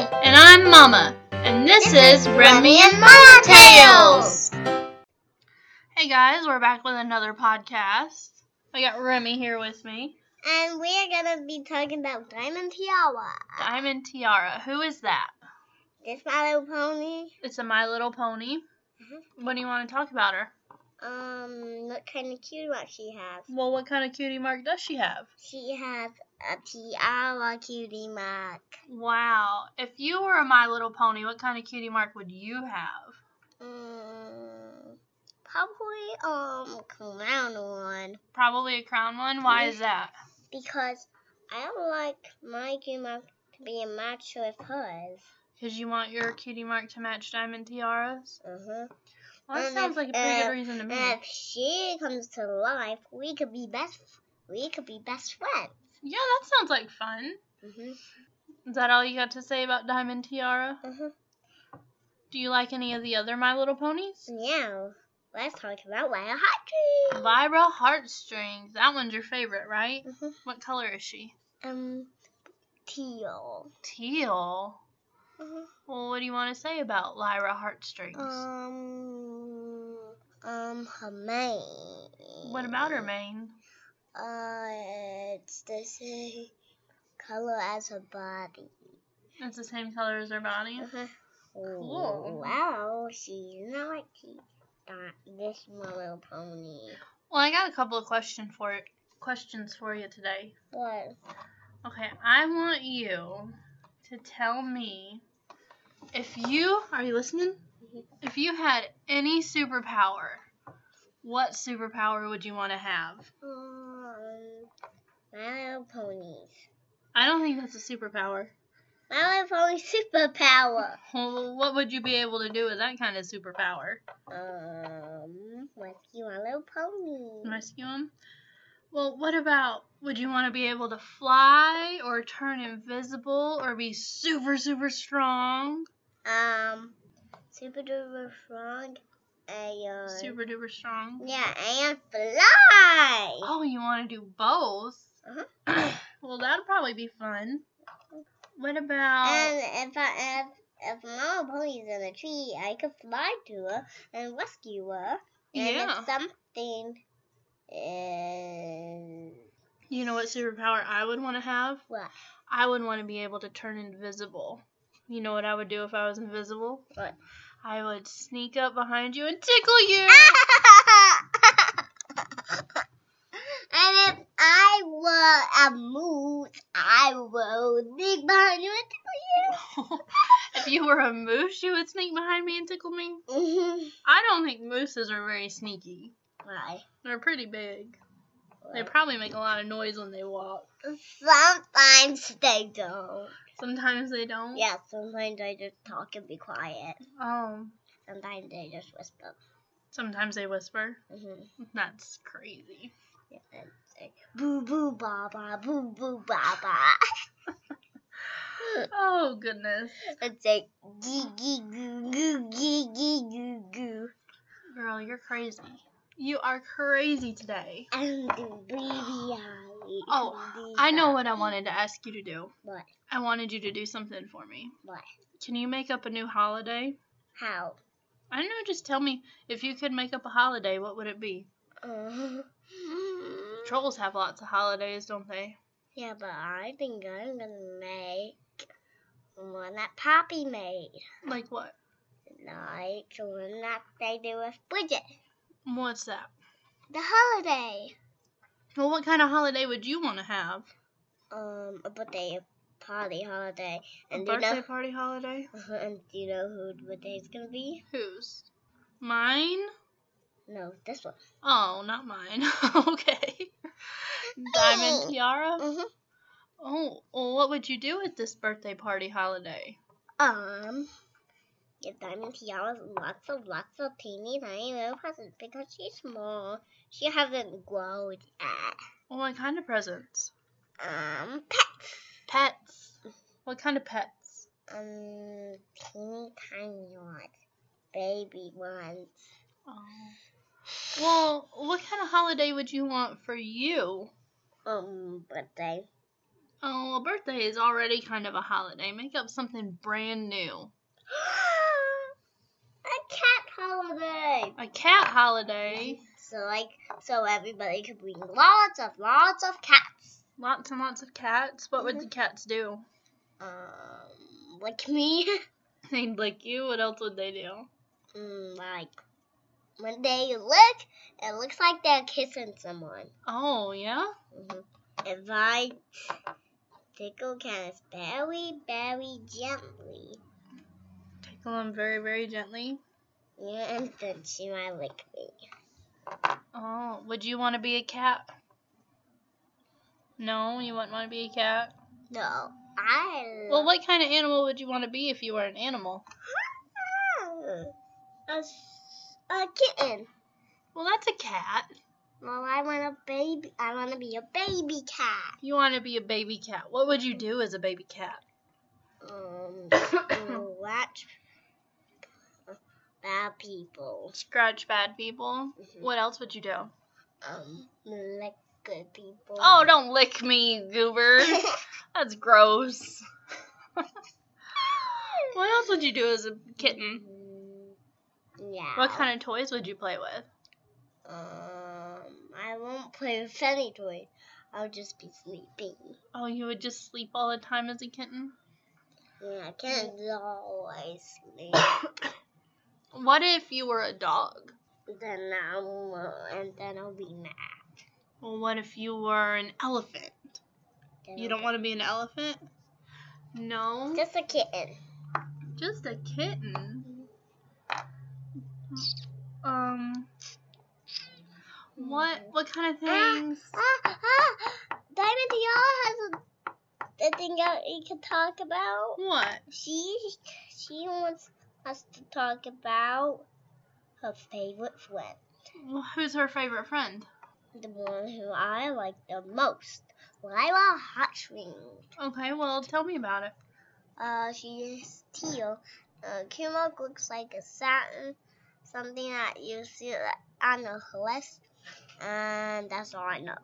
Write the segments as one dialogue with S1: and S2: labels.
S1: and Mama, and this, is Remy and
S2: Mama
S1: Tales. Hey guys, we're back with another podcast. I got Remy here with me.
S2: And we are gonna be talking about Diamond Tiara.
S1: Diamond Tiara. Who is that?
S2: This My Little Pony.
S1: It's a My Little Pony. What do you want to talk about her?
S2: Um, what kind of cute one she has?
S1: Well, what kind of cutie mark does she have?
S2: She has a tiara cutie mark.
S1: Wow. If you were a My Little Pony, what kind of cutie mark would you have?
S2: Um, probably um clown one
S1: Probably a crown one. Why is that?
S2: because I don't like my cutie mark to be a match with hers.
S1: Because you want your cutie mark to match Diamond Tiara's?
S2: Uh huh.
S1: Well, that
S2: Um,
S1: sounds like a pretty
S2: uh,
S1: good reason to me.
S2: And if she comes to life, we could be best. We could be best friends.
S1: Yeah, that sounds like fun.
S2: Mhm.
S1: Is that all you got to say about Diamond Tiara?
S2: Mhm.
S1: Do you like any of the other My Little Ponies?
S2: Now, let's talk about Wild Hot
S1: Vibra Heartstrings. That one's your favorite, right?
S2: Dream. Mhm.
S1: What color is she?
S2: Um, teal.
S1: Teal.
S2: Mhm.
S1: Well, what do you want to say about Lyra Heartstrings?
S2: Mm-hmm. Uh, Um, um, her mane.
S1: what about her mane?
S2: Uh, it's the same color as her body.
S1: It's the same color as her body.
S2: Uh-huh.
S1: Cool.
S2: Wow, she's not like she- not this My Little Pony.
S1: Well, I got a couple of question for questions for you today.
S2: What?
S1: Okay, I want you to tell me if you are you listening? If you had any superpower, what superpower would you want to have?
S2: Um, My Little Ponies.
S1: I don't think that's a superpower.
S2: My Little Pony superpower.
S1: Well, what would you be able to do with that kind of superpower?
S2: Um, rescue my little pony.
S1: Rescue him? Well, what about would you want to be able to fly or turn invisible or be super super strong?
S2: Um, super duper frog and
S1: Super duper strong.
S2: yeah, and fly.
S1: Oh, you want to do both?
S2: Uh-huh.
S1: well, that'll probably be fun. What about?
S2: And if I if if my little pony's in a tree, I could fly to her and rescue her. And
S1: yeah.
S2: if something is
S1: You know what superpower I would want to have?
S2: What?
S1: I would want to be able to turn invisible. You know what I would do if I was invisible?
S2: What?
S1: I would sneak up behind you and tickle you.
S2: Ah! And if I were a moose, I would sneak behind you and tickle
S1: if you were a moose, you would sneak behind me and tickle me.
S2: you. Mhm.
S1: I don't think mooses are very sneaky.
S2: Why?
S1: They're pretty big. They probably make a lot of noise when they walk.
S2: Sometimes they don't.
S1: Sometimes they don't.
S2: Yeah, sometimes they just talk and be quiet.
S1: Um.
S2: Sometimes they just whisper.
S1: Sometimes they whisper.
S2: hmm
S1: That's crazy.
S2: Yeah, and say, boo boo ba ba, boo boo ba ba.
S1: Oh goodness.
S2: And say, gee gee goo goo, gee gee goo goo.
S1: Girl, you're crazy. You are crazy today.
S2: And do baby eye.
S1: Oh, I know what I wanted to ask you to do.
S2: What?
S1: I wanted you to do something for me.
S2: What?
S1: Can you make up a new holiday?
S2: How?
S1: I don't know, just tell me if you could make up a holiday, what would it be?
S2: Uh,
S1: Trolls have lots of holidays, don't they?
S2: yeah, but I think I'm gonna make one that Poppy made.
S1: Like what?
S2: like the one that they do with Bridget.
S1: What's that?
S2: The holiday.
S1: Well, what kind of holiday would you want to have?
S2: Um, a birthday party holiday.
S1: A
S2: And do you
S1: birthday
S2: know
S1: party holiday?
S2: and do you know who the birthday's gonna be?
S1: Whose? Mine?
S2: No, this one.
S1: Oh, not mine. okay. Diamond
S2: Hey.
S1: tiara.
S2: Mhm.
S1: Oh, well, what would you do at this birthday party holiday?
S2: Um Give Diamond Tiara lots of lots of teeny tiny little presents because she's small. She hasn't grown yet.
S1: Well, what kind of presents?
S2: Um pets.
S1: Pets. What kind of pets?
S2: Um teeny tiny ones. Baby ones.
S1: Oh. Well, what kind of holiday would you want for you?
S2: Um birthday.
S1: Oh, a birthday is already kind of a holiday. Make up something brand new.
S2: a cat holiday.
S1: A cat holiday.
S2: So like, so everybody could bring lots of lots of cats.
S1: Lots and lots of cats. What would
S2: Mhm.
S1: the cats do?
S2: Um, like me.
S1: They'd lick you. What else would they do?
S2: Mm, like when they look, it looks like they're kissing someone.
S1: Oh, yeah?
S2: hmm If I tickle cats very, very gently,
S1: Tickle them very, very gently.
S2: yeah, and then she might lick me.
S1: Oh, would you want to be a cat? No, you wouldn't want to be a cat.
S2: No, I.
S1: Well, what kind of animal would you want to be if you were an animal?
S2: love A, s- a kitten.
S1: Well, that's a cat.
S2: Well, I want a baby. I want to be a baby cat.
S1: You want to be a baby cat. What would you do as a baby cat?
S2: Um, watch bad people.
S1: Scratch bad people.
S2: Mhm.
S1: What else would you do?
S2: Um, like good people.
S1: Oh, don't lick me, you goober. That's gross. What else would you do as a kitten?
S2: Yeah.
S1: What kind of toys would you play with?
S2: of? Um, I won't play with any toys. I'll just be sleeping.
S1: Oh, you would just sleep all the time as a kitten?
S2: Yeah, kittens
S1: Mm.
S2: always sleep.
S1: What if you were a dog?
S2: then I'll uh, and then I'll be mad.
S1: Well, what if you were an elephant?
S2: Then
S1: You
S2: I'll
S1: don't want to be an elephant? No.
S2: be- Just a kitten.
S1: Just a kitten. Um. What what kind of things?
S2: Ah, ah! Diamond Diana has a the thing that we can talk about.
S1: What?
S2: She she wants us to talk about her favorite friend.
S1: Wh- Who's her favorite friend?
S2: the one who I like the most, Lila Hotstring.
S1: Okay, well tell me about it.
S2: Uh, she is teal. Uh, Kimok looks like a satin, something that you see on a horse, and that's all I know.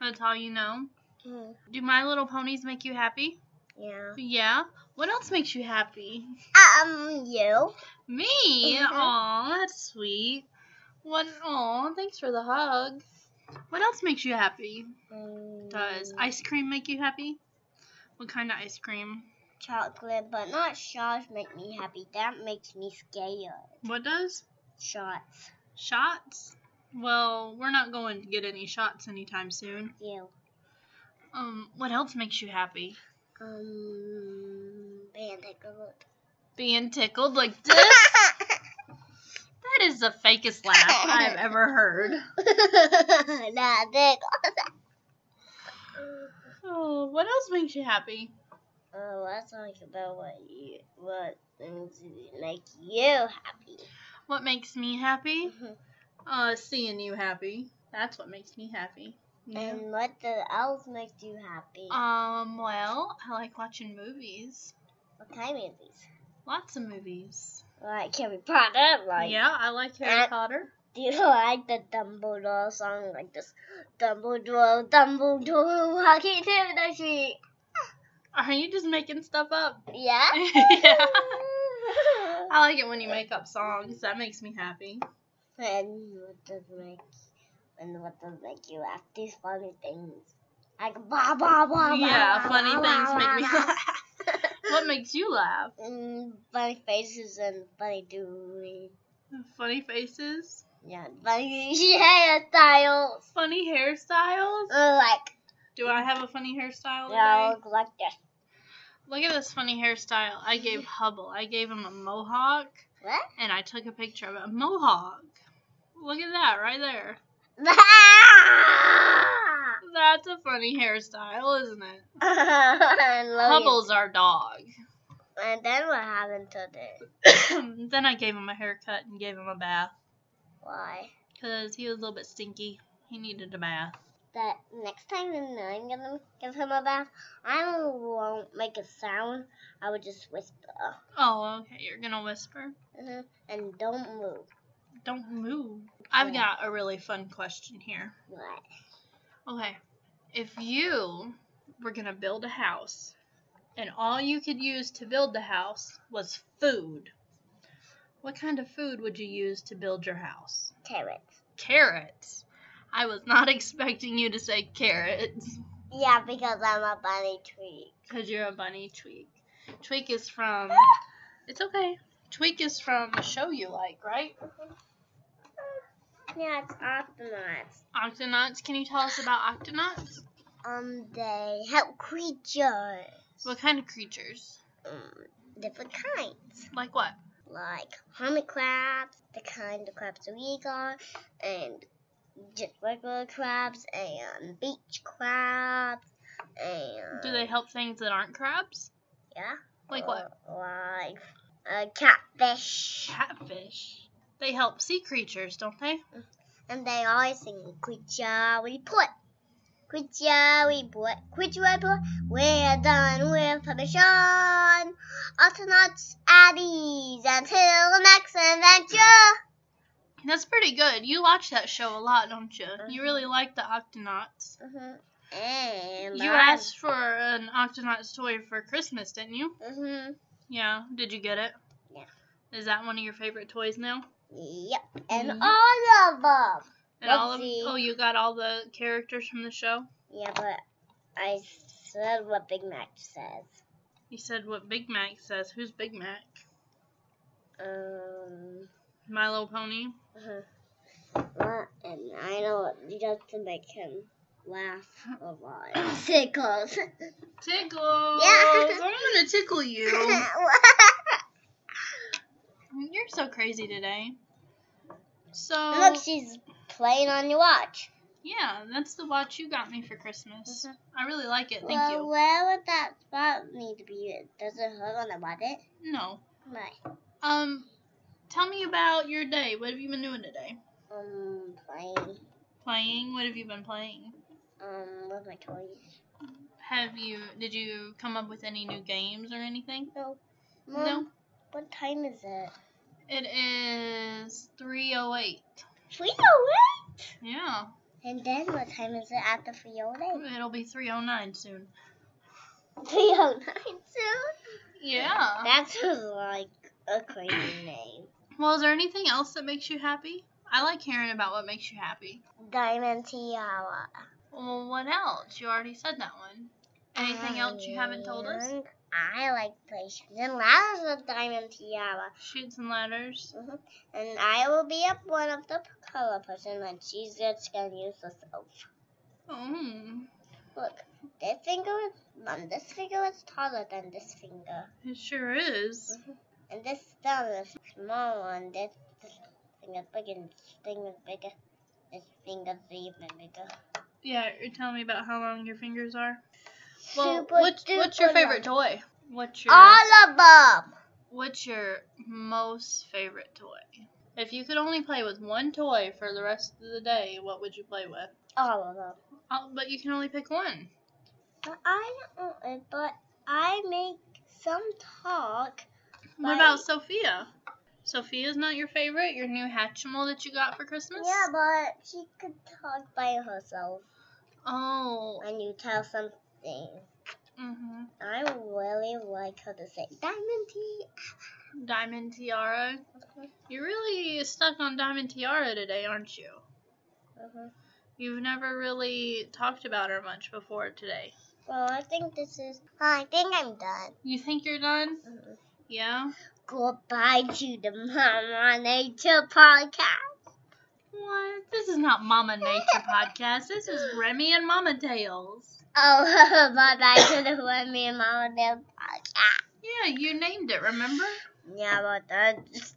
S1: That's all you know.
S2: Mm,
S1: Do My Little Ponies make you happy?
S2: yeah.
S1: Yeah. What else makes you happy?
S2: Um, you.
S1: Me.
S2: Mhm.
S1: Aw, that's sweet. What? Aw, thanks for the hug. What else makes you happy?
S2: Mm,
S1: Does ice cream make you happy? What kind of ice cream?
S2: chocolate, but not shots make me happy. That makes me scared.
S1: What does?
S2: Shots.
S1: Shots? Well, we're not going to get any shots anytime soon.
S2: You.
S1: Um, what else makes you happy?
S2: Um, man, take a look.
S1: Being tickled like this? that is the fakest laugh I've ever heard.
S2: nah, there goes that.
S1: Oh, what else makes you happy?
S2: Oh, let's talk about what you, what things make you happy.
S1: What makes me happy?
S2: Mm-hmm.
S1: Uh, seeing you happy. That's what makes me happy. Yeah.
S2: And what the else makes you happy?
S1: Um, well, I like watching movies.
S2: what kind of movies?
S1: Lots of movies.
S2: Like Harry Potter, like
S1: yeah, I like Harry
S2: Uh,
S1: Potter.
S2: do you like the Dumbledore song like this? Dumbledore, Dumbledore walking through the street.
S1: Are you just making stuff up?
S2: Yeah.
S1: Yeah. I like it when you make up songs. That makes me happy.
S2: And what does make and what does make you laugh? These funny things. Like blah blah blah.
S1: yeah,
S2: blah,
S1: funny
S2: blah,
S1: things
S2: blah,
S1: make me
S2: blah,
S1: laugh.
S2: blah.
S1: what makes you laugh?
S2: Mm, funny faces and funny doing.
S1: Funny faces,
S2: Yeah, funny hairstyles.
S1: funny hairstyles.
S2: Uh, like
S1: Do I have a funny hairstyle?
S2: they
S1: Today?
S2: all look like this.
S1: Look at this funny hairstyle I gave Hubble. I gave him a mohawk,
S2: What?
S1: and I took a picture of a mohawk. Look at that right there. That's a funny hairstyle, isn't it?
S2: and, Logan-
S1: Hubble's our dog.
S2: and then what happened to this?
S1: then I gave him a haircut and gave him a bath
S2: Why?
S1: because he was a little bit stinky. He needed a bath.
S2: that next time when I'm gonna give him a bath, I won't make a sound. I will just whisper.
S1: Oh, okay. You're gonna whisper.
S2: Mhm. And don't move.
S1: Don't move. I've
S2: Yeah.
S1: got a really fun question here.
S2: What?
S1: Okay. If you we're going to build a house. And all you could use to build the house was food. What kind of food would you use to build your house?
S2: Carrots.
S1: Carrots. I was not expecting you to say carrots
S2: Yeah, because I'm a bunny tree.
S1: because you're a bunny tweak. Tweak is from. It's okay. Tweak is from a show you like, right?
S2: Yeah, it's octonauts.
S1: Octonauts. Can you tell us about octonauts?
S2: Um, they help creatures.
S1: What kind of creatures?
S2: Um, different kinds,
S1: Like what?
S2: like hermit crabs, the kind of crabs we got, and just regular crabs, and beach crabs, and
S1: Do they help things that aren't crabs?
S2: Yeah.
S1: Like what?
S2: Like uh, catfish.
S1: Catfish. They help sea creatures, don't they?
S2: And they always sing creature report. Creature report. Creature report. We're done with permission. Astronauts at ease until the next adventure.
S1: That's pretty good. You watch that show a lot, don't you?
S2: Uh-huh.
S1: You really like the Octonauts.
S2: Mm-hmm. And
S1: You asked for an Octonauts toy for Christmas, didn't you?
S2: Mm-hmm.
S1: Yeah. Did you get it?
S2: Yeah.
S1: Is that one of your favorite toys now?
S2: Yep. And
S1: Mhm.
S2: all of them.
S1: And all of
S2: Let's see.
S1: oh, you got all the characters from the show.
S2: Yeah, but I said what Big Mac says.
S1: You said what Big Mac says. Who's Big Mac?
S2: Um.
S1: My Little Pony.
S2: Uh-huh. Uh, and I know it just to make him laugh a lot. Sickles.
S1: Tickles.
S2: Yeah.
S1: I'm gonna tickle you.
S2: Look,
S1: You're so crazy today. So
S2: she's playing on your watch.
S1: yeah, that's the watch you got me for Christmas.
S2: Mhm.
S1: I really like it. Thank
S2: well,
S1: you.
S2: where would that spot need to be? Does it hurt on the button?
S1: No.
S2: Right.
S1: Um, tell me about your day. What have you been doing today?
S2: Um, playing
S1: Playing. What have you been playing?
S2: um with my toys.
S1: Have you? Did you come up with any new games or anything?
S2: No. Mom,
S1: No.
S2: What time is it?
S1: It is three oh eight.
S2: Three oh eight.
S1: Yeah.
S2: And then what time is it after three oh eight?
S1: It'll be three oh nine soon.
S2: Three oh nine soon.
S1: Yeah.
S2: That's like a crazy name.
S1: Well, is there anything else that makes you happy? I like hearing about what makes you happy.
S2: Diamond Tiara.
S1: Well, what else? You already said that one. Anything else you haven't told us?
S2: And I like places and ladders with Diamond Tiara.
S1: Shoots and ladders.
S2: Mhm. And I will be up one of the color person and she's just gonna use herself.
S1: Oh,
S2: Look, this finger is um, this finger is taller than this finger.
S1: it sure is.
S2: And this thumb is smaller and this, this finger is bigger and this finger is bigger. This finger's even bigger.
S1: Yeah, you're telling me about how long your fingers are. Well,
S2: Super
S1: what's, what's your
S2: duper
S1: favorite
S2: long.
S1: toy? What's your
S2: All of them!
S1: What's your most favorite toy? If you could only play with one toy for the rest of the day, what would you play with?
S2: All of them.
S1: Oh, but you can only pick one.
S2: But I don't know, but I make some talk.
S1: What
S2: Right.
S1: about Sophia? Sophia's not your favorite. Your new Hatchimal that you got for Christmas.
S2: Yeah, but she could talk by herself
S1: Oh.
S2: when you tell something.
S1: hmm
S2: I really like her to say diamond tea.
S1: Diamond Tiara. You're really stuck on Diamond Tiara today, aren't you?
S2: Mhm.
S1: You've never really talked about her much before today.
S2: Well, I think this is. I think I'm done.
S1: You think you're done?
S2: Mhm.
S1: Yeah.
S2: Goodbye to the Mama Nature podcast.
S1: What? This is not Mama Nature podcast. This is Remy and Mama Tales.
S2: Oh, bye bye to the Remy and Mama Nature podcast.
S1: Yeah, you named it. Remember?
S2: Yeah, but that's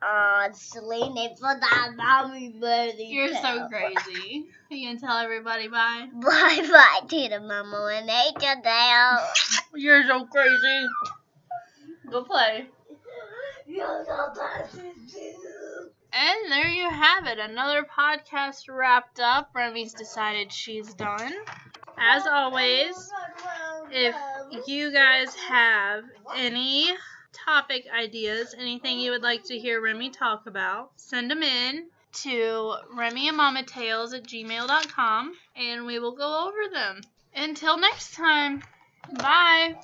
S2: uh, Celine they for that mommy birthday.
S1: You're so
S2: tale.
S1: crazy. You gonna tell everybody bye?
S2: Bye bye to the mama and nature Dale.
S1: You're so crazy. Go play. And there you have it. Another podcast wrapped up. Remy's decided she's done. As always, if you guys have any topic ideas, anything you would like to hear Remy talk about, send them in to Remy and Mama Tales at gmail.com and we will go over them. Until next time, bye.